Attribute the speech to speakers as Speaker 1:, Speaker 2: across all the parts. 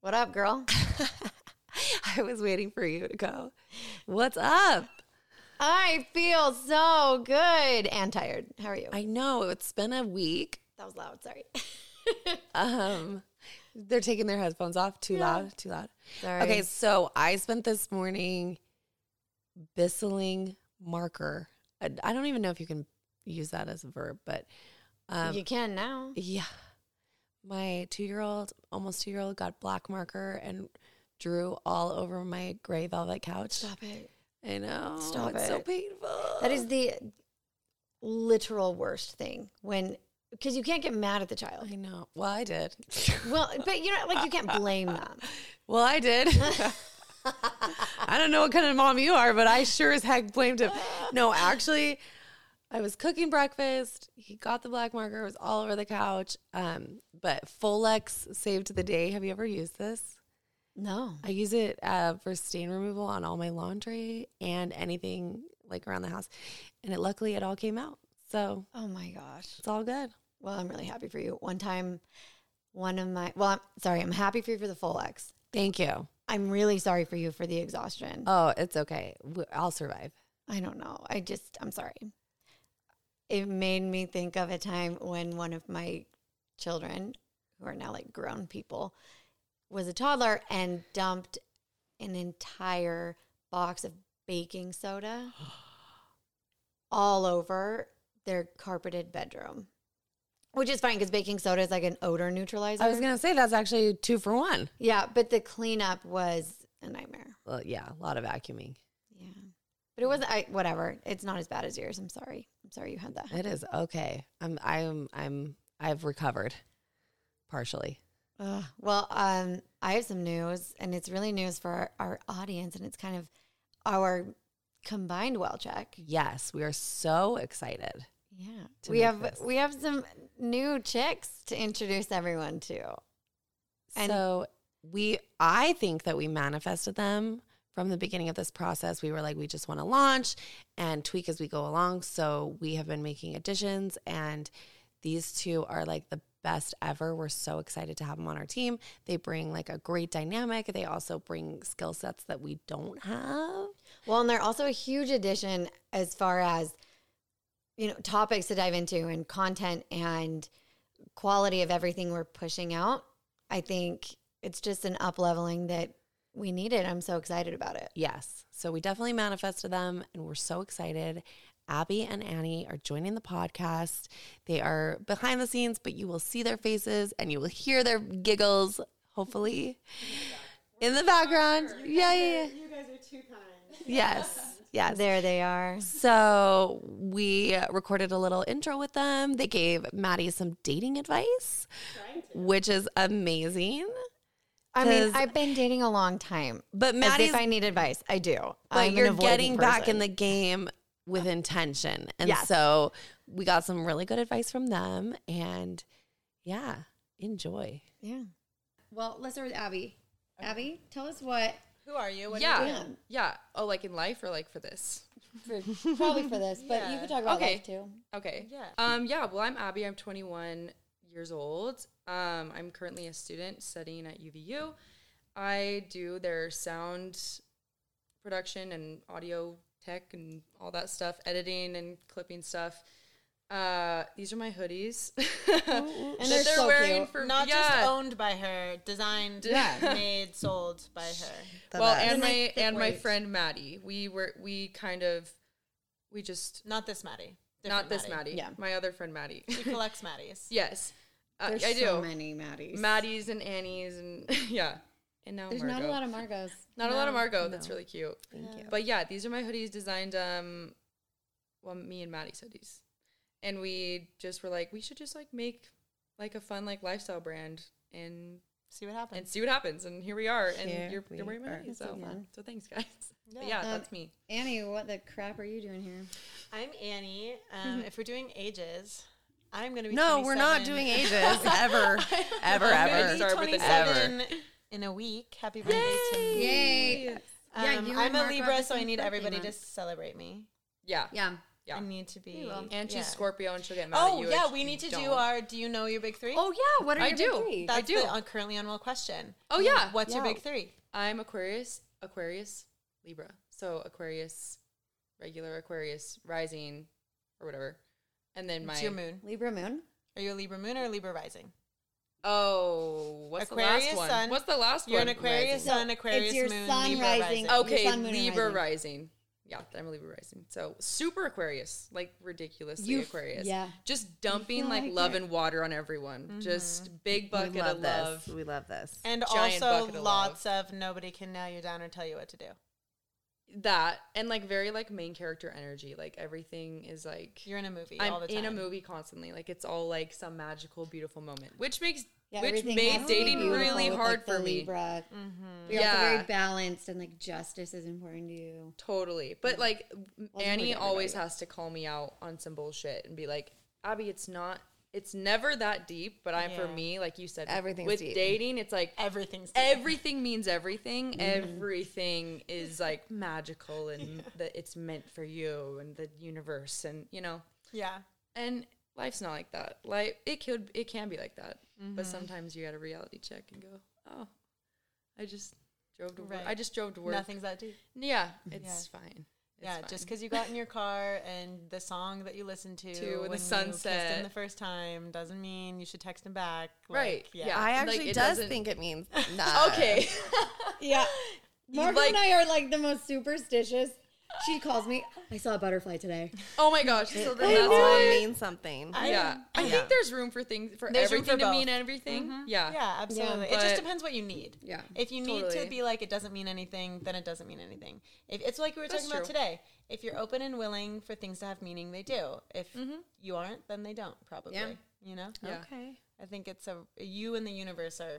Speaker 1: What up, girl?
Speaker 2: I was waiting for you to go. What's up?
Speaker 1: I feel so good and tired. How are you?
Speaker 2: I know it's been a week.
Speaker 1: that was loud. Sorry.
Speaker 2: Um, they're taking their headphones off. Too
Speaker 1: Yeah.
Speaker 2: loud. Too loud.
Speaker 1: Sorry.
Speaker 2: Okay, so I spent this morning bistling marker. I, I don't even know if you can use that as a verb, but um,
Speaker 1: you can now.
Speaker 2: yeah, my two-year-old, almost two-year-old, got black marker and drew all over my gray velvet couch.
Speaker 1: Stop it.
Speaker 2: I know.
Speaker 1: Stop
Speaker 2: it's so
Speaker 1: it.
Speaker 2: painful.
Speaker 1: That is the literal worst thing when, because you can't get mad at the child.
Speaker 2: I know. Well, I did.
Speaker 1: Well, but you know, like you can't blame them.
Speaker 2: well, I did. I don't know what kind of mom you are, but I sure as heck blamed him. No, actually, I was cooking breakfast. He got the black marker. It was all over the couch. Um, but Folex saved the day. Have you ever used this?
Speaker 1: No.
Speaker 2: I use it uh, for stain removal on all my laundry and anything like around the house. And it luckily it all came out. So
Speaker 1: Oh my gosh.
Speaker 2: it's all good.
Speaker 1: Well, I'm really happy for you. One time, one of my, well, I'm sorry, I'm happy for you for the Folex.
Speaker 2: Thank you.
Speaker 1: I'm really sorry for you for the exhaustion.
Speaker 2: Oh, it's okay. W- I'll survive.
Speaker 1: I don't know. I just, I'm sorry. It made me think of a time when one of my children, who are now like grown people, was a toddler and dumped an entire box of baking soda all over their carpeted bedroom, which is fine because baking soda is like an odor neutralizer.
Speaker 2: I was going to say that's actually two for one.
Speaker 1: yeah, but the cleanup was a nightmare.
Speaker 2: Well, yeah, a lot of vacuuming.
Speaker 1: Yeah. But it wasn't, I, whatever. It's not as bad as yours. I'm sorry. I'm sorry you had that.
Speaker 2: It is okay. I'm I'm I'm I've recovered partially.
Speaker 1: Ugh. well, um, I have some news, and it's really news for our, our audience, and it's kind of our combined well check.
Speaker 2: Yes, we are so excited.
Speaker 1: Yeah,
Speaker 2: To
Speaker 1: we
Speaker 2: make
Speaker 1: have
Speaker 2: this.
Speaker 1: we have some new chicks to introduce everyone to. And-
Speaker 2: so we I think that we manifested them from the beginning of this process. We were like we just want to launch and tweak as we go along. So we have been making additions and these two are like the best ever. We're so excited to have them on our team. They bring like a great dynamic. They also bring skill sets that we don't have.
Speaker 1: Well, and they're also a huge addition as far as you know topics to dive into and content and quality of everything we're pushing out. I think it's just an up leveling that we needed. I'm so excited about it.
Speaker 2: Yes. So we definitely manifested them and we're so excited. Abby and Annie are joining the podcast. They are behind the scenes, but you will see their faces and you will hear their giggles, hopefully, in the background. Yeah, yeah, yeah.
Speaker 3: You guys are too kind.
Speaker 2: Yes. Yes.
Speaker 1: There they are.
Speaker 2: So we recorded a little intro with them. They gave Maddie some dating advice,
Speaker 3: Trying to.
Speaker 2: which is amazing.
Speaker 1: I mean,
Speaker 2: 'Cause-
Speaker 1: I've been dating a long time.
Speaker 2: But
Speaker 1: As
Speaker 2: Maddie's
Speaker 1: if I need advice, I do.
Speaker 2: but you're getting back in the game with intention. And
Speaker 1: Yes.
Speaker 2: so we got some really good advice from them and yeah, enjoy.
Speaker 1: yeah. Well, let's start with Abby. Abby, tell us what
Speaker 3: Who are you? What
Speaker 4: yeah.
Speaker 3: Are you
Speaker 1: doing?
Speaker 4: Yeah. Oh, like in life or like for this?
Speaker 1: probably for this, but you
Speaker 3: Yeah.
Speaker 1: can talk about
Speaker 4: Okay.
Speaker 1: life too.
Speaker 4: Okay.
Speaker 3: Yeah.
Speaker 4: Um, yeah. Well, I'm Abby. I'm 21 years old. Um, I'm currently a student studying at UVU. I do their sound production and audio tech and all that stuff, editing and clipping stuff. Uh, these are my hoodies that
Speaker 1: they're so cute.
Speaker 3: doing?
Speaker 4: for
Speaker 3: Not
Speaker 4: yeah.
Speaker 3: just owned by her, designed, made, sold by her.
Speaker 4: well,
Speaker 1: best.
Speaker 4: and
Speaker 1: And
Speaker 4: my
Speaker 1: they- they
Speaker 4: and my
Speaker 1: wait.
Speaker 4: friend Maddie. We were we kind of we just
Speaker 3: Not this Maddie.
Speaker 4: not this Maddie.
Speaker 1: Yeah.
Speaker 4: My other friend Maddie.
Speaker 3: She collects Maddies.
Speaker 4: yes. Uh,
Speaker 1: There's
Speaker 4: I do.
Speaker 1: so many Maddies.
Speaker 4: Maddie's and Annie's and yeah. And now
Speaker 1: There's
Speaker 4: Margot.
Speaker 1: not a lot of Margos.
Speaker 4: Not a lot of Margot. That's really cute.
Speaker 2: Thank you.
Speaker 4: But yeah, these are my hoodies designed um well me and Maddie's hoodies. And we just were like, we should just like make like a fun like lifestyle brand and
Speaker 3: See what happens.
Speaker 4: and see what happes. And here we are. And
Speaker 2: Here
Speaker 4: you're,
Speaker 2: we
Speaker 4: you're wearing my
Speaker 2: are.
Speaker 1: That's
Speaker 4: hoodies.
Speaker 1: so
Speaker 4: So,
Speaker 1: fun.
Speaker 4: so thanks guys. But
Speaker 3: Yeah.
Speaker 4: yeah,
Speaker 1: Um,
Speaker 4: that's me.
Speaker 1: Annie, what the crap are you doing here?
Speaker 3: I'm Annie.
Speaker 4: Mm-hmm.
Speaker 3: Um, if we're doing ages, I'm going to be.
Speaker 2: No, we're not
Speaker 3: 27.
Speaker 2: doing ages ever, ever,
Speaker 3: I'm gonna be
Speaker 2: ever.
Speaker 4: Start with an
Speaker 3: 27 in a week. Happy birthday to me.
Speaker 1: Yay! Yeah,
Speaker 3: Um,
Speaker 1: you and
Speaker 3: I'm a
Speaker 1: Mark are on the
Speaker 3: Libra, so I
Speaker 1: same
Speaker 3: need
Speaker 1: birthday
Speaker 3: everybody to
Speaker 1: month.
Speaker 3: celebrate me.
Speaker 4: Yeah.
Speaker 1: Yeah.
Speaker 4: Yeah.
Speaker 3: I need to be.
Speaker 1: will.
Speaker 4: And she's
Speaker 3: Yeah.
Speaker 4: Scorpio, and she'll get mad at
Speaker 3: Oh
Speaker 4: you.
Speaker 3: yeah,
Speaker 4: if
Speaker 3: we
Speaker 4: you
Speaker 3: need to do
Speaker 4: don't.
Speaker 3: our. Do you know your big three?
Speaker 1: Oh yeah, what are
Speaker 4: I
Speaker 1: your big
Speaker 4: do.
Speaker 1: three?
Speaker 3: that's
Speaker 4: I do.
Speaker 3: the uh, currently unwell question.
Speaker 4: Oh, yeah.
Speaker 3: What's your
Speaker 2: Yeah.
Speaker 3: big three?
Speaker 4: I'm Aquarius, Aquarius, Libra. So Aquarius, regular Aquarius, rising, or whatever. And then my
Speaker 3: It's your moon.
Speaker 1: Libra moon.
Speaker 3: Are you a Libra moon or a Libra rising?
Speaker 4: oh, what's the
Speaker 3: Aquarius
Speaker 4: last one?
Speaker 3: sun.
Speaker 4: What's the last
Speaker 3: You're
Speaker 4: one?
Speaker 3: an Aquarius
Speaker 4: Rising.
Speaker 3: sun, Aquarius
Speaker 1: your
Speaker 3: moon,
Speaker 1: sun
Speaker 3: Libra
Speaker 1: rising.
Speaker 3: rising.
Speaker 1: Oh,
Speaker 4: Okay,
Speaker 1: sun, moon, and
Speaker 4: Libra
Speaker 1: rising.
Speaker 4: rising. Yeah, I'm a Libra rising. So super Aquarius, like ridiculously
Speaker 1: You-
Speaker 4: Aquarius.
Speaker 1: yeah.
Speaker 4: just dumping like
Speaker 1: like
Speaker 4: love
Speaker 1: it.
Speaker 4: and water on everyone. Just big bucket
Speaker 2: we love
Speaker 4: of
Speaker 2: this.
Speaker 4: love.
Speaker 2: We love this.
Speaker 3: and
Speaker 4: giant
Speaker 3: also
Speaker 4: bucket of
Speaker 3: lots of nobody can nail you down or tell you what to do.
Speaker 4: That and like very like main character energy. Like everything is like
Speaker 3: You're in a movie all
Speaker 4: I'm
Speaker 3: the time.
Speaker 4: in a movie constantly. Like it's all like some magical, beautiful moment, which makes
Speaker 1: Yeah,
Speaker 4: which
Speaker 1: everything has
Speaker 4: made
Speaker 1: to be
Speaker 4: dating
Speaker 1: beautiful
Speaker 4: really
Speaker 1: with,
Speaker 4: hard
Speaker 1: like, the
Speaker 4: for me.
Speaker 1: Libra.
Speaker 3: Mm-hmm.
Speaker 1: You're also
Speaker 4: Yeah.
Speaker 1: very balanced and like justice is important to you.
Speaker 4: Totally, but like
Speaker 1: we're
Speaker 4: Annie
Speaker 1: getting
Speaker 4: always
Speaker 1: ready.
Speaker 4: has to call me out on some bullshit and be like, "Abby, it's not." It's never that deep, but I for
Speaker 3: Yeah.
Speaker 4: me, like you said,
Speaker 2: Everything's
Speaker 4: with
Speaker 2: deep.
Speaker 4: dating, it's like
Speaker 3: Everything's
Speaker 4: everything means everything.
Speaker 1: Mm-hmm.
Speaker 4: Everything is like magical and that it's meant for you and the universe and you know.
Speaker 3: yeah.
Speaker 4: And life's not like that. Life it could it can be like that. But
Speaker 3: Mm-hmm.
Speaker 4: sometimes you got a reality check and go, "Oh, I just drove to work. I
Speaker 3: Right.
Speaker 4: just drove to work."
Speaker 3: Nothing's that deep.
Speaker 4: Yeah, it's fine. It's
Speaker 3: yeah,
Speaker 4: fine.
Speaker 3: just because you got in your car and the song that you listened to,
Speaker 4: To the
Speaker 3: when you kissed him
Speaker 4: sunset.
Speaker 3: the first time doesn't mean you should text him back. Like,
Speaker 4: Right, yeah.
Speaker 2: I
Speaker 4: Like,
Speaker 2: actually
Speaker 4: it
Speaker 2: does
Speaker 4: doesn't-
Speaker 2: think it means not.
Speaker 4: Okay.
Speaker 1: Yeah. Mark
Speaker 4: like-
Speaker 1: and I are like the most superstitious. She calls me, I saw a butterfly today.
Speaker 4: oh my gosh. So then
Speaker 2: It
Speaker 4: that's
Speaker 2: all
Speaker 4: why.
Speaker 2: means something.
Speaker 4: Yeah. I
Speaker 2: Yeah.
Speaker 4: think there's room for things for
Speaker 3: There's room
Speaker 4: everything
Speaker 3: for
Speaker 4: to mean
Speaker 3: both. Mm-hmm.
Speaker 4: everything.
Speaker 3: Yeah,
Speaker 4: Yeah.
Speaker 3: absolutely. it
Speaker 4: But-
Speaker 3: just depends what you need.
Speaker 1: Yeah.
Speaker 3: If you need
Speaker 4: Totally.
Speaker 3: to be like it doesn't mean anything, then it doesn't mean anything. If it's like we were
Speaker 4: That's
Speaker 3: talking about
Speaker 4: true.
Speaker 3: today, if you're open and willing for things to have meaning, they do. If you aren't, then they don't. Probably.
Speaker 1: Yeah.
Speaker 3: You know.
Speaker 4: Mm-hmm. Yeah.
Speaker 2: Okay.
Speaker 3: I think it's a you and the universe are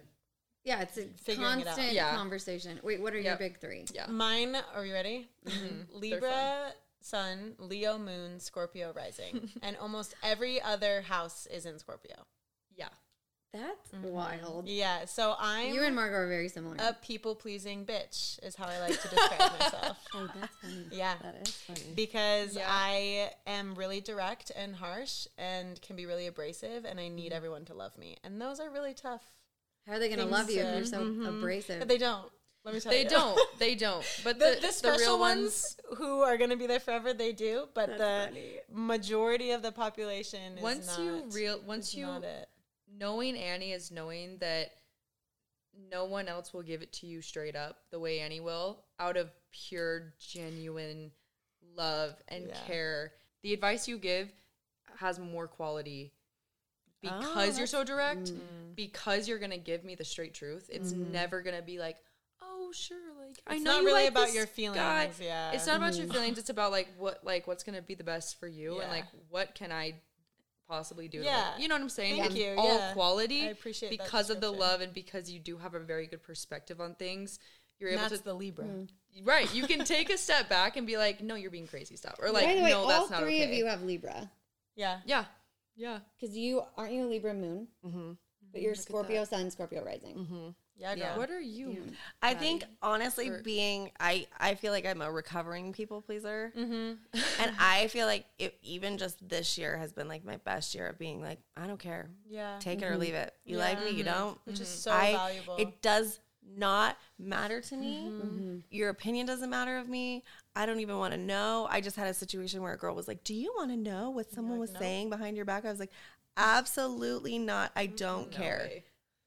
Speaker 1: Yeah, it's a
Speaker 3: Figuring it out.
Speaker 1: constant
Speaker 4: Yeah.
Speaker 1: conversation. Wait, what are
Speaker 4: Yep.
Speaker 1: your big three?
Speaker 4: Yeah.
Speaker 3: mine. Are you ready? Libra
Speaker 4: Mm-hmm. fun.
Speaker 3: sun, Leo moon, Scorpio rising, and almost every other house is in Scorpio.
Speaker 4: Yeah.
Speaker 1: That's
Speaker 3: Mm-hmm.
Speaker 1: wild.
Speaker 3: Yeah. So I'm
Speaker 1: You and Margot are very similar.
Speaker 3: a people pleasing bitch is how I like to describe myself.
Speaker 1: oh, that's funny.
Speaker 3: Yeah.
Speaker 1: That is funny.
Speaker 3: because
Speaker 4: Yeah.
Speaker 3: I am really direct and harsh and can be really abrasive and I
Speaker 4: Mm-hmm.
Speaker 3: need everyone to love me. And those are really tough.
Speaker 1: How are they going to
Speaker 3: Things
Speaker 1: love you if
Speaker 3: to-
Speaker 1: you're so
Speaker 4: mm-hmm.
Speaker 1: abrasive?
Speaker 3: But they don't. Let me tell
Speaker 4: They
Speaker 3: you.
Speaker 4: don't. They don't. But
Speaker 3: The,
Speaker 4: the,
Speaker 3: the
Speaker 4: the
Speaker 3: special
Speaker 4: real
Speaker 3: ones
Speaker 4: ones,
Speaker 3: who are going to be there forever, they do. But
Speaker 1: That's
Speaker 3: the
Speaker 1: funny.
Speaker 3: majority of the population is
Speaker 4: once you
Speaker 3: not-
Speaker 4: real once
Speaker 3: is
Speaker 4: you
Speaker 3: not it.
Speaker 4: knowing Annie is knowing that no one else will give it to you straight up the way Annie will out of pure, genuine love and
Speaker 3: Yeah.
Speaker 4: care. The advice you give has more quality because you're
Speaker 2: that's-
Speaker 4: so direct, because you're going to give me the straight truth. It's never going to be like, oh, sure. Like, Mm-hmm. I
Speaker 3: It's
Speaker 4: know
Speaker 3: not
Speaker 4: you
Speaker 3: really
Speaker 4: like
Speaker 3: about
Speaker 4: this
Speaker 3: your feelings.
Speaker 4: guy."
Speaker 3: Yeah.
Speaker 4: It's not about your feelings. It's about like what, like what's going to be the best for you
Speaker 3: Um, Yeah.
Speaker 4: and like what can I possibly do. to
Speaker 3: Yeah.
Speaker 4: help? You know what I'm saying?
Speaker 3: Thank
Speaker 4: It's
Speaker 3: you,
Speaker 4: All
Speaker 3: yeah.
Speaker 4: quality.
Speaker 3: I appreciate that
Speaker 4: because of the
Speaker 3: description.
Speaker 4: love and because you do have a very good perspective on things. You're able
Speaker 3: That's
Speaker 4: to
Speaker 3: the Libra.
Speaker 4: Mm. right. You can take a step back and be like, no, you're being crazy, stop, or like,
Speaker 1: By the way,
Speaker 4: no,
Speaker 1: all
Speaker 4: that's not
Speaker 1: three
Speaker 4: okay.
Speaker 1: of you have Libra.
Speaker 3: Yeah.
Speaker 4: yeah, yeah,
Speaker 1: Because you, aren't you a Libra moon? Mm-hmm. But you're Scorpio sun, Scorpio rising.
Speaker 2: Mm-hmm.
Speaker 3: Yeah.
Speaker 4: yeah.
Speaker 3: girl.
Speaker 4: What are you?
Speaker 2: I think honestly, being I, I feel like I'm a recovering people pleaser,
Speaker 3: Mm-hmm.
Speaker 2: and I feel like it, even just this year has been like my best year of being like I don't care,
Speaker 3: Yeah.
Speaker 2: take it or leave it. You like me, you don't.
Speaker 3: Which is so
Speaker 2: I,
Speaker 3: valuable.
Speaker 2: It does not matter to me. Your opinion doesn't matter of me. I don't even want to know. I just had a situation where a girl was like, "Do you want to know what someone was saying behind your back?" I was like, "Absolutely not. I don't care."
Speaker 4: way.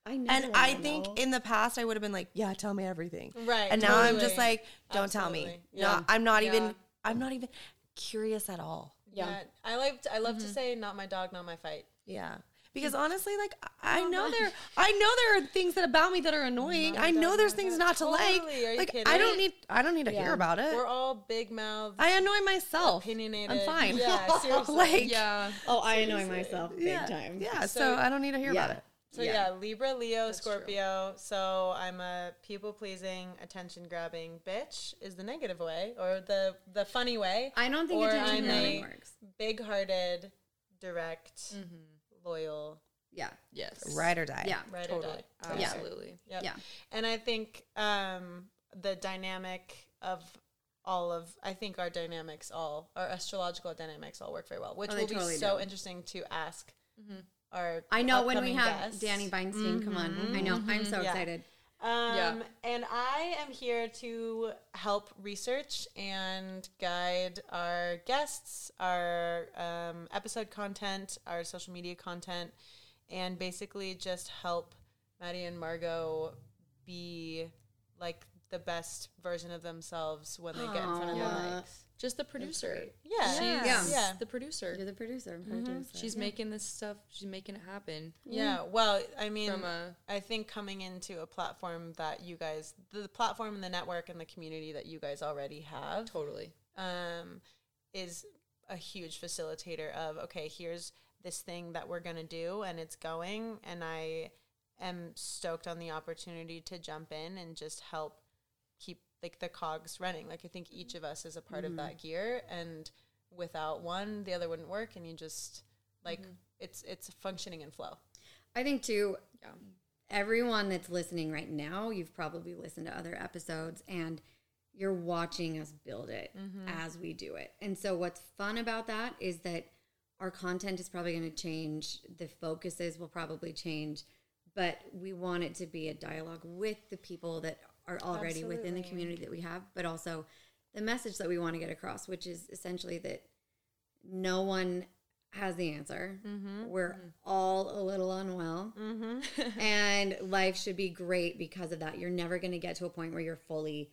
Speaker 1: I know.
Speaker 2: And
Speaker 1: wanna
Speaker 2: I think
Speaker 1: know.
Speaker 2: in the past I would have been like, yeah, tell me everything.
Speaker 3: Right,
Speaker 2: And now I'm just
Speaker 3: totally.
Speaker 2: like, don't tell me.
Speaker 3: Absolutely. Yeah.
Speaker 2: No, I'm not
Speaker 4: Yeah.
Speaker 2: even I'm not even curious at all.
Speaker 3: yeah. I like to, I love
Speaker 4: Mm-hmm.
Speaker 3: to say not my dog, not my fight.
Speaker 2: Yeah. Because honestly, like I
Speaker 3: Oh,
Speaker 2: I know there I know there are things that about me that are annoying. I know there's things not to
Speaker 3: Totally. Are you
Speaker 2: like. Like
Speaker 3: kidding?
Speaker 2: I don't need I don't need to hear about
Speaker 4: Uh.
Speaker 2: it.
Speaker 3: We're all big mouths,
Speaker 2: I annoy myself.
Speaker 3: opinionated.
Speaker 2: I'm fine.
Speaker 3: Yeah, seriously.
Speaker 2: like
Speaker 4: yeah.
Speaker 1: Oh, I annoy myself big
Speaker 2: yeah,
Speaker 1: time.
Speaker 2: Yeah, so,
Speaker 3: So-
Speaker 2: I don't need to hear
Speaker 1: Yeah.
Speaker 2: about it.
Speaker 3: So yeah, Libra, Leo,
Speaker 4: true.
Speaker 3: Scorpio. So I'm a people pleasing, attention grabbing bitch is the negative way or the the funny way.
Speaker 1: I don't think
Speaker 3: Or
Speaker 1: attention
Speaker 3: I'm
Speaker 1: grabbing
Speaker 3: a-
Speaker 1: works.
Speaker 3: Big hearted, direct,
Speaker 1: Mm-hmm.
Speaker 3: loyal,
Speaker 1: Yeah.
Speaker 4: Yes.
Speaker 2: Ride or die.
Speaker 1: Yeah.
Speaker 3: right or
Speaker 4: Totally.
Speaker 3: die.
Speaker 4: Absolutely.
Speaker 3: Yep.
Speaker 1: Yeah.
Speaker 3: And I think um, the dynamic of all of I think our dynamics all our astrological dynamics all work very well, which
Speaker 1: Oh, they
Speaker 3: will be
Speaker 1: totally
Speaker 3: so
Speaker 1: do. Mm-hmm.
Speaker 3: interesting to ask our
Speaker 1: I know when we
Speaker 3: upcoming
Speaker 1: have
Speaker 3: guests. Mm-hmm.
Speaker 1: Danny Weinstein come on. I know. I'm so
Speaker 3: Yeah.
Speaker 1: excited.
Speaker 3: Um,
Speaker 4: Yeah.
Speaker 3: And I am here to help research and guide our guests, our um, episode content, our social media content, and basically just help Maddie and Margot be like the best version of themselves when they get in front of the
Speaker 1: Aw.
Speaker 3: mics.
Speaker 4: Just the producer.
Speaker 3: Yeah.
Speaker 4: She's
Speaker 1: Yeah.
Speaker 3: Yeah.
Speaker 4: the producer.
Speaker 1: You're the producer.
Speaker 3: Mm-hmm.
Speaker 4: She's making this stuff. She's making it happen.
Speaker 3: Yeah. Well, I mean,
Speaker 4: Mm-hmm. From a-
Speaker 3: I think coming into a platform that you guys, the platform and the network and the community that you guys already have,
Speaker 4: Totally.
Speaker 3: um, is a huge facilitator of okay here's this thing that we're going to do and it's going and i am stoked on the opportunity to jump in and just help keep like the cogs running like i think each of us is a part of that gear and without one the other wouldn't work and you just like it's it's functioning in flow
Speaker 1: I think too.
Speaker 4: Yeah.
Speaker 1: Everyone that's listening right now, you've probably listened to other episodes and you're watching us build it as we do it. And so what's fun about that is that our content is probably going to change, the focuses will probably change, but we want it to be a dialogue with the people that are already within the
Speaker 3: Absolutely.
Speaker 1: community that we have, but also the message that we want to get across, which is essentially that no one has the answer.
Speaker 3: Mm-hmm.
Speaker 1: We're all a little unwell. and life should be great because of that. You're never going to get to a point where you're fully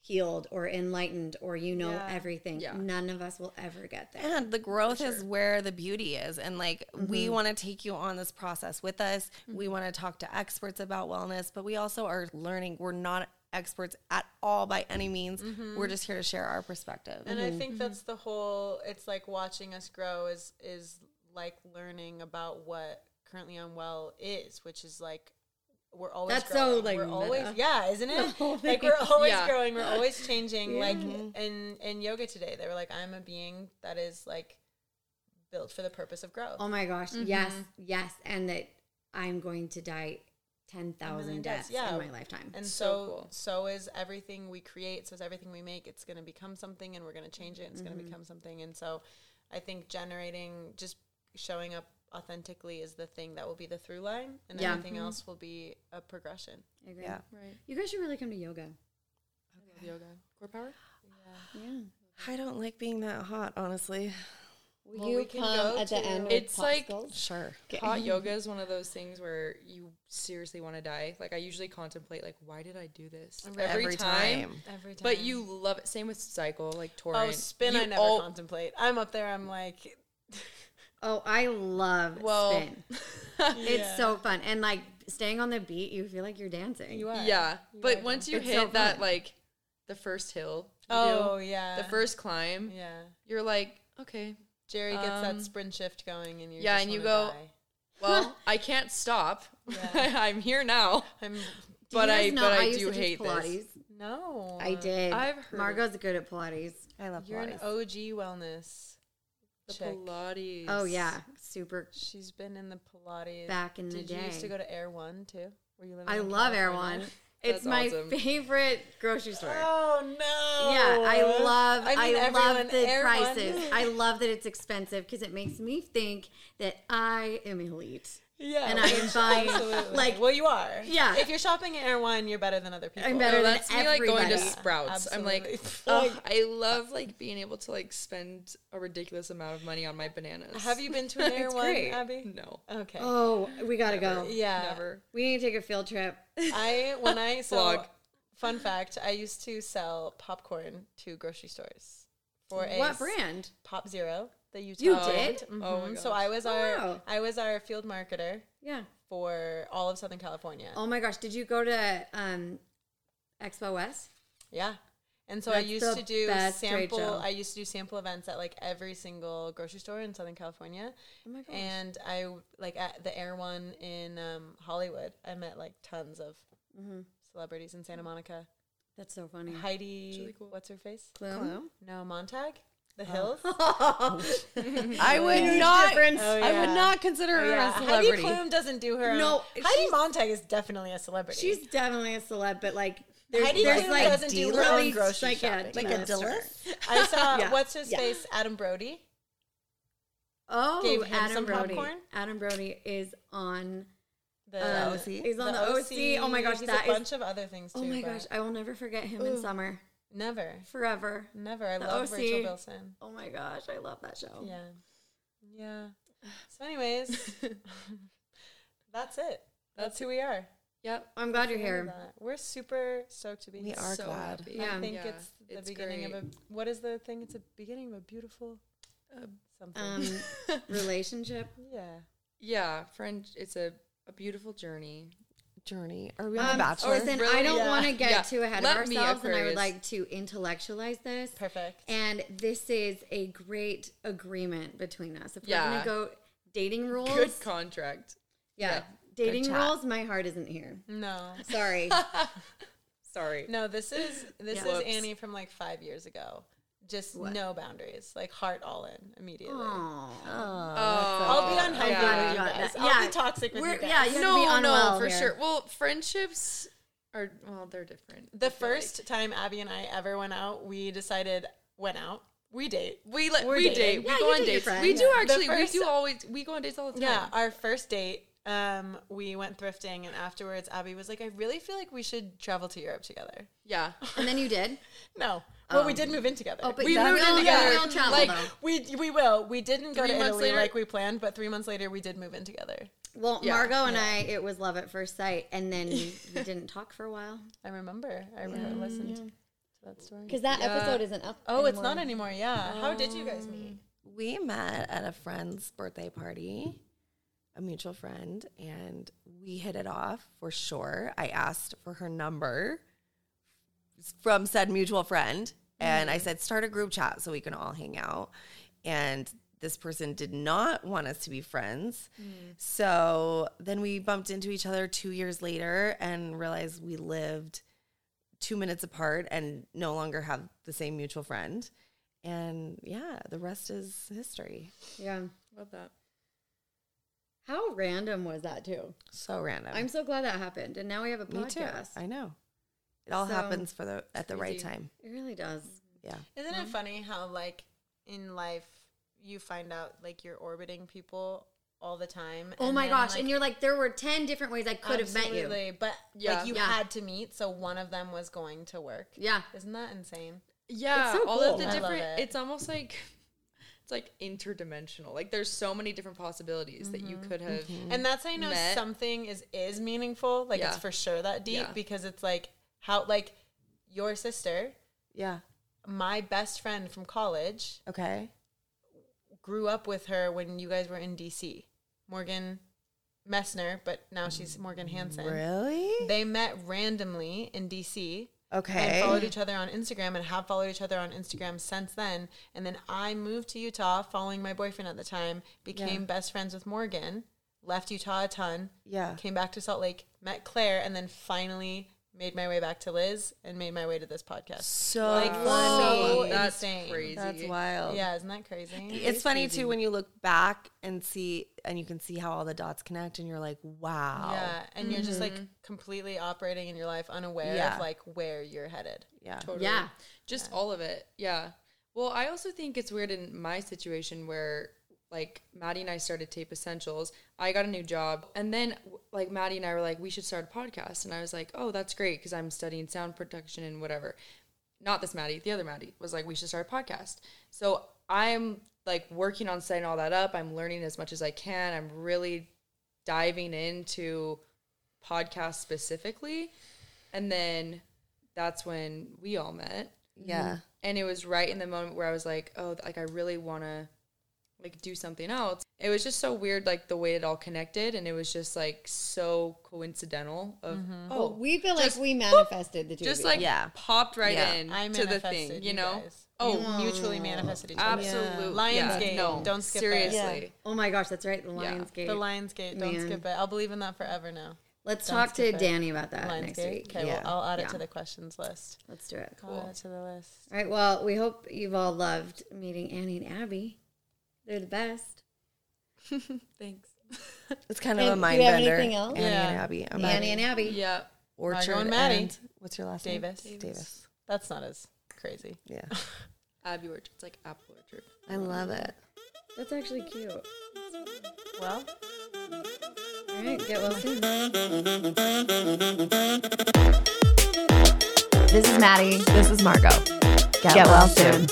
Speaker 1: healed or enlightened or you know
Speaker 3: Yeah.
Speaker 1: everything.
Speaker 4: Yeah.
Speaker 1: None of us will ever get there.
Speaker 2: And the growth is where the beauty is. And like, we want to take you on this process with us. We want to talk to experts about wellness, but we also are learning. We're not experts at all by any means. We're just here to share our perspective.
Speaker 3: and i think that's the whole it's like watching us grow is is like learning about what currently unwell is which is like we're always
Speaker 1: That's
Speaker 3: growing.
Speaker 1: so, like,
Speaker 3: we're
Speaker 1: meta.
Speaker 3: always yeah isn't it like
Speaker 1: thing. Mm-hmm.
Speaker 3: we're always
Speaker 4: Yeah.
Speaker 3: growing we're always changing like in in yoga today they were like i'm a being that is like built for the purpose of growth
Speaker 1: Oh my gosh.
Speaker 3: Mm-hmm.
Speaker 1: Yes. Yes. And that I'm going to die 10,000 deaths
Speaker 3: Mm-hmm. yeah.
Speaker 1: in my lifetime.
Speaker 3: and
Speaker 4: So
Speaker 3: so so,
Speaker 4: cool.
Speaker 3: is everything we create so is everything we make it's going to become something and we're going to change it and it's
Speaker 4: Mm-hmm.
Speaker 3: going to become something and so i think generating just showing up authentically is the thing that will be the through line and
Speaker 1: Yeah.
Speaker 4: Mm-hmm.
Speaker 3: everything else will be a progression
Speaker 1: I agree.
Speaker 2: Yeah.
Speaker 4: Right.
Speaker 1: You guys should really come to yoga.
Speaker 4: Love yoga. Core power.
Speaker 1: Yeah.
Speaker 2: I don't like being that hot, honestly.
Speaker 1: Will
Speaker 3: Well,
Speaker 1: you
Speaker 3: we can
Speaker 1: come
Speaker 3: go
Speaker 1: at the
Speaker 3: to-
Speaker 1: end? With
Speaker 4: It's like-
Speaker 1: popsicles?
Speaker 2: Sure.
Speaker 4: Hot yoga is one of those things where you seriously want to die. Like I usually contemplate, like, why did I do this every, time?
Speaker 3: every time
Speaker 4: But you love it. Same with cycle, like torrent.
Speaker 3: oh spin
Speaker 4: You
Speaker 3: i never
Speaker 4: all-
Speaker 3: contemplate i'm up there i'm like
Speaker 1: Oh, I love
Speaker 4: Well-
Speaker 1: spin. It's so fun. And like staying on the beat, you feel like you're dancing.
Speaker 3: you are
Speaker 4: yeah. But once you
Speaker 1: It's
Speaker 4: hit
Speaker 1: so
Speaker 4: that,
Speaker 1: fun.
Speaker 4: like, the first hill, you
Speaker 3: oh
Speaker 4: do,
Speaker 3: yeah
Speaker 4: the first climb,
Speaker 3: yeah
Speaker 4: you're like, okay,
Speaker 3: jerry gets
Speaker 4: Um,
Speaker 3: that sprint shift going and you
Speaker 4: yeah,
Speaker 3: just
Speaker 4: and you
Speaker 3: wanna
Speaker 4: go-
Speaker 3: die.
Speaker 4: well, I can't stop.
Speaker 3: Yeah.
Speaker 4: I'm here now.
Speaker 3: i'm
Speaker 1: Do you
Speaker 4: but
Speaker 1: guys
Speaker 4: I,
Speaker 1: know
Speaker 4: but I,
Speaker 1: used
Speaker 4: do
Speaker 1: to teach
Speaker 4: hate
Speaker 1: Pilates.
Speaker 4: this.
Speaker 3: no
Speaker 1: I did.
Speaker 4: I've heard of-
Speaker 1: Margot's good at Pilates.
Speaker 2: I love
Speaker 3: you're an
Speaker 2: Pilates.
Speaker 3: og wellness
Speaker 4: The
Speaker 3: Check.
Speaker 4: Pilates.
Speaker 1: Oh yeah, super
Speaker 3: She's been in the Pilates
Speaker 1: back in the
Speaker 3: Did
Speaker 1: day.
Speaker 3: you used to go to Air One too? Were you living?
Speaker 1: I
Speaker 3: in
Speaker 1: love Air One.
Speaker 3: California?
Speaker 1: It's
Speaker 4: That's
Speaker 1: my
Speaker 4: awesome.
Speaker 1: favorite grocery store.
Speaker 3: Oh no!
Speaker 1: Yeah, I love I,
Speaker 3: mean, everyone,
Speaker 1: love the
Speaker 3: Air One.
Speaker 1: prices. I love that it's expensive because it makes me think that I am elite.
Speaker 3: Yeah,
Speaker 1: And I am buying,
Speaker 3: absolutely.
Speaker 1: like-
Speaker 3: well, you are.
Speaker 1: Yeah.
Speaker 3: If you're shopping at Air One, you're better than other people.
Speaker 1: better
Speaker 4: No,
Speaker 1: than
Speaker 4: that's me like going to
Speaker 1: everybody.
Speaker 4: Sprouts. I'm like,
Speaker 3: Absolutely.
Speaker 4: ugh, I love like being able to like spend a ridiculous amount of money on my bananas.
Speaker 3: Have you been to an Air
Speaker 1: It's
Speaker 3: One,
Speaker 1: great.
Speaker 3: Abby?
Speaker 4: No,
Speaker 3: Okay.
Speaker 1: Oh, we gotta go.
Speaker 3: yeah.
Speaker 4: never.
Speaker 1: We need to take a field trip.
Speaker 3: I when I so
Speaker 4: Vlog.
Speaker 3: fun fact, I used to sell popcorn to grocery stores for a
Speaker 1: What brand?
Speaker 3: Pop Zero. The Utah
Speaker 1: You
Speaker 3: brand.
Speaker 1: did?
Speaker 4: Oh my
Speaker 3: Mhm. So I was
Speaker 1: Wow.
Speaker 3: our I was our field marketer.
Speaker 1: Yeah.
Speaker 3: for all of Southern California.
Speaker 1: Oh my gosh, did you go to um, Expo West?
Speaker 3: Yeah. And so I
Speaker 1: That's
Speaker 3: used
Speaker 1: the
Speaker 3: to do
Speaker 1: best trade
Speaker 3: sample
Speaker 1: show.
Speaker 3: I used to do sample events at like every single grocery store in Southern California.
Speaker 1: Oh my gosh.
Speaker 3: And I like at the Air One in um, Hollywood, I met like tons of
Speaker 1: Mm-hmm.
Speaker 3: celebrities in Santa Monica.
Speaker 1: That's so funny.
Speaker 3: Heidi,
Speaker 4: really cool.
Speaker 3: what's her face?
Speaker 1: Bloom?
Speaker 3: No, Montag, The
Speaker 1: Oh.
Speaker 3: Hills.
Speaker 2: I would not.
Speaker 1: difference. Oh,
Speaker 2: I
Speaker 3: yeah.
Speaker 2: would not consider her
Speaker 3: Oh, Yeah,
Speaker 2: a
Speaker 3: Heidi
Speaker 2: celebrity.
Speaker 3: Klum doesn't do her.
Speaker 1: No,
Speaker 3: own. Heidi
Speaker 1: she's-
Speaker 3: Montag is definitely a celebrity.
Speaker 1: She's definitely a celeb, but like There's,
Speaker 3: Heidi
Speaker 1: there's
Speaker 3: Klum
Speaker 1: like
Speaker 3: doesn't do her own grocery
Speaker 1: like a
Speaker 3: shopping.
Speaker 1: like a Dillis.
Speaker 3: I saw
Speaker 1: Yeah.
Speaker 3: what's his
Speaker 1: Yeah.
Speaker 3: face, Adam Brody.
Speaker 1: Oh,
Speaker 3: Gave him
Speaker 1: Adam
Speaker 3: some
Speaker 1: Brody.
Speaker 3: popcorn?
Speaker 1: Adam Brody is on
Speaker 3: The
Speaker 1: um,
Speaker 3: OC.
Speaker 1: He's on the, OC. Oh my gosh,
Speaker 3: he's
Speaker 1: that
Speaker 3: a
Speaker 1: is.
Speaker 3: bunch of other things too.
Speaker 1: oh my
Speaker 3: but
Speaker 1: gosh, I will never forget him in summer
Speaker 3: never,
Speaker 1: forever.
Speaker 3: never. I
Speaker 1: The Oh.
Speaker 3: love
Speaker 1: OC.
Speaker 3: Rachel Bilson.
Speaker 1: Oh my gosh, I love that show.
Speaker 3: Yeah, yeah. So, anyways, that's it. That's who we are.
Speaker 4: Yep.
Speaker 1: I'm glad you're
Speaker 3: Remember
Speaker 1: here.
Speaker 3: that. We're super stoked to be
Speaker 2: We
Speaker 3: here.
Speaker 2: are
Speaker 4: so
Speaker 2: glad.
Speaker 4: happy.
Speaker 1: Yeah.
Speaker 3: I think
Speaker 4: Yeah,
Speaker 3: it's the
Speaker 4: it's
Speaker 3: beginning
Speaker 4: great.
Speaker 3: of a. What is the thing? It's a beginning of a beautiful something.
Speaker 1: Um, relationship.
Speaker 3: yeah.
Speaker 4: Yeah, friend, it's a, a beautiful journey.
Speaker 2: Journey. Are we on
Speaker 1: Um,
Speaker 2: the Bachelor?
Speaker 1: listen, I don't
Speaker 3: Yeah.
Speaker 1: want to get
Speaker 4: Yeah.
Speaker 1: too ahead
Speaker 4: Let
Speaker 1: of
Speaker 4: me,
Speaker 1: ourselves, and I would
Speaker 4: Aquarius.
Speaker 1: like to intellectualize this.
Speaker 3: Perfect.
Speaker 1: And this is a great agreement between us. If
Speaker 4: Yeah.
Speaker 1: we're gonna go dating rules,
Speaker 4: Good contract.
Speaker 1: yeah,
Speaker 4: yeah.
Speaker 1: dating
Speaker 2: Good chat.
Speaker 1: rules. My heart isn't here.
Speaker 3: No.
Speaker 1: Sorry.
Speaker 4: Sorry.
Speaker 3: No, this is this
Speaker 4: Yeah.
Speaker 3: is
Speaker 4: Whoops.
Speaker 3: Annie from like five years ago. Just
Speaker 1: What?
Speaker 3: no boundaries, like heart all in immediately.
Speaker 1: Aw.
Speaker 4: Uh,
Speaker 3: I'll be unhealthy
Speaker 1: Oh, I'm glad
Speaker 3: with
Speaker 1: we
Speaker 3: you
Speaker 1: got
Speaker 3: guys.
Speaker 1: that.
Speaker 3: I'll
Speaker 1: Yeah.
Speaker 3: be toxic with
Speaker 1: We're-
Speaker 3: you guys.
Speaker 1: yeah, you have to be
Speaker 4: No, no,
Speaker 1: unwell
Speaker 4: for
Speaker 1: here.
Speaker 4: sure. Well, friendships are well, they're different. I
Speaker 3: The
Speaker 4: feel like.
Speaker 3: first time Abby and I ever went out, we decided went out. We date.
Speaker 4: we let
Speaker 3: We're
Speaker 4: we
Speaker 3: dating.
Speaker 4: date. We
Speaker 1: Yeah,
Speaker 4: go
Speaker 1: you
Speaker 4: on
Speaker 1: date your
Speaker 4: dates.
Speaker 1: friends.
Speaker 4: We do
Speaker 1: Yeah.
Speaker 3: The
Speaker 4: actually.
Speaker 3: first-
Speaker 4: we do always. We go on dates all the time.
Speaker 3: Yeah, our first date. Um, we went thrifting, and afterwards, Abby was like, "I really feel like we should travel to Europe together."
Speaker 4: Yeah.
Speaker 1: and then you did.
Speaker 3: No, well, we did move in together.
Speaker 1: Oh, but we
Speaker 4: We
Speaker 1: will,
Speaker 4: moved in
Speaker 1: we
Speaker 4: together.
Speaker 1: will travel
Speaker 4: Like-
Speaker 1: though.
Speaker 3: we we will. We didn't go
Speaker 4: Three
Speaker 3: to
Speaker 4: months
Speaker 3: Italy
Speaker 4: later-
Speaker 3: like we planned, but three months later, we did move in together.
Speaker 1: Well,
Speaker 4: Yeah.
Speaker 1: Margot and I, it was love at first sight, and then we didn't talk for a while
Speaker 3: I remember. I remember listened to that story.
Speaker 1: because that episode isn't up.
Speaker 3: Oh, it's not anymore. Yeah. How did you guys meet?
Speaker 2: we met at a friend's birthday party, a mutual friend, and we hit it off for sure. I asked for her number from said mutual friend, and I said, start a group chat so we can all hang out. And this person did not want us to be friends. So then we bumped into each other two years later and realized we lived two minutes apart and no longer have the same mutual friend. And yeah, the rest is history.
Speaker 1: Yeah.
Speaker 4: Love that.
Speaker 1: How random was that too?
Speaker 2: So random.
Speaker 1: I'm so glad that happened, and now we have a
Speaker 2: Me too.
Speaker 1: podcast.
Speaker 2: I know. It all
Speaker 1: So-
Speaker 2: happens for the at the right time.
Speaker 1: It really does.
Speaker 2: Yeah.
Speaker 3: Isn't
Speaker 1: Mm-hmm.
Speaker 3: it funny how like in life you find out like you're orbiting people all the time?
Speaker 1: Oh
Speaker 3: and
Speaker 1: my
Speaker 3: then,
Speaker 1: gosh!
Speaker 3: like,
Speaker 1: and you're like, there were ten different ways I could have met you.
Speaker 3: absolutely, But
Speaker 4: Yeah.
Speaker 3: like you
Speaker 1: Yeah.
Speaker 3: had to meet, so one of them was going to work.
Speaker 1: Yeah.
Speaker 3: Isn't that insane?
Speaker 4: Yeah,
Speaker 1: so
Speaker 4: all
Speaker 1: cool.
Speaker 4: of the
Speaker 1: I love
Speaker 4: different.
Speaker 3: it.
Speaker 4: It's almost like it's like interdimensional. Like there's so many different possibilities that you could have.
Speaker 1: Mm.
Speaker 3: And that's how you know
Speaker 4: Met.
Speaker 3: something is is meaningful. Like it's
Speaker 4: Yeah.
Speaker 3: for sure that deep
Speaker 4: Yeah.
Speaker 3: because it's like how like your sister,
Speaker 2: Yeah.
Speaker 3: my best friend from college,
Speaker 2: Okay.
Speaker 3: grew up with her when you guys were in DC. Morgan Messner, but now she's Morgan Hansen.
Speaker 2: Really?
Speaker 3: They met randomly in DC and followed
Speaker 2: Okay.
Speaker 3: each other on Instagram and have followed each other on Instagram since then. And then I moved to Utah following my boyfriend at the time, became best friends with Morgan, left Utah a ton,
Speaker 2: Yeah.
Speaker 3: came back to Salt Lake, met Claire, and then finally made my way back to Liz and made my way to this podcast.
Speaker 2: So
Speaker 3: Like,
Speaker 2: funny.
Speaker 3: so
Speaker 4: That's
Speaker 3: insane.
Speaker 4: crazy.
Speaker 2: That's wild.
Speaker 3: Yeah, isn't that crazy?
Speaker 2: It's funny too when you look back and see and you can see how all the dots connect and you're like, wow.
Speaker 3: Yeah, and you're just like completely operating in your life unaware
Speaker 2: Mm-hmm. Yeah.
Speaker 3: of like where you're headed.
Speaker 2: Yeah.
Speaker 4: Totally.
Speaker 1: Yeah.
Speaker 4: Just all of it. Yeah. Well, I also think it's weird in my situation where like Maddie and I started Tape Essentials. I got a new job and then w- like Maddie and I were like we should start a podcast and I was like, "Oh, that's great because I'm studying sound production and whatever." Not this Maddie, the other Maddie was like, "We should start a podcast." So, I'm like working on setting all that up. I'm learning as much as I can. I'm really diving into podcasts specifically. And then that's when we all met.
Speaker 2: Yeah.
Speaker 4: And it was right in the moment where I was like, oh, like I really want to like do something else. It was just so weird, like the way it all connected. And it was just like so coincidental of,
Speaker 3: Mm-hmm.
Speaker 4: oh,
Speaker 1: Well, we feel like
Speaker 4: just-
Speaker 1: we manifested the two.
Speaker 4: just
Speaker 1: of you.
Speaker 4: like
Speaker 2: Yeah.
Speaker 4: popped right
Speaker 2: Yeah.
Speaker 4: in
Speaker 3: I
Speaker 4: to
Speaker 3: manifested
Speaker 4: the thing, you know?
Speaker 3: guys.
Speaker 4: Oh,
Speaker 3: We mutually manifested each other.
Speaker 4: absolutely.
Speaker 3: Lionsgate,
Speaker 4: Yeah. No,
Speaker 3: don't skip
Speaker 4: seriously.
Speaker 3: it.
Speaker 1: oh my gosh, that's right, the Lionsgate.
Speaker 3: The Lionsgate, don't
Speaker 1: Man.
Speaker 3: skip it. I'll believe in that forever now.
Speaker 1: Let's talk to
Speaker 3: skip it.
Speaker 1: Danny about that next
Speaker 3: Lionsgate.
Speaker 1: week.
Speaker 3: Okay,
Speaker 2: Yeah.
Speaker 3: well, I'll add it
Speaker 1: Yeah.
Speaker 3: to the questions list.
Speaker 1: Let's do it.
Speaker 3: I'll add it to the list.
Speaker 1: All right. Well, we hope you've all loved meeting Annie and Abby. They're the best.
Speaker 4: Thanks.
Speaker 2: It's kind
Speaker 1: And
Speaker 2: of a
Speaker 1: do
Speaker 2: mind
Speaker 1: you have
Speaker 2: bender.
Speaker 1: anything else?
Speaker 2: Annie and
Speaker 3: Yeah.
Speaker 2: Abby.
Speaker 1: Annie and Abby.
Speaker 4: Yeah.
Speaker 2: Orchard
Speaker 3: Maddie.
Speaker 2: and- was What's your last
Speaker 3: Davis.
Speaker 2: name? Davis.
Speaker 3: That's not as crazy.
Speaker 2: Yeah.
Speaker 4: Abbey Orchard. It's like apple orchard.
Speaker 1: I love it. That's actually cute.
Speaker 3: Well,
Speaker 1: All right, get well soon.
Speaker 5: This is Maddie. This is Margot. Get, well soon.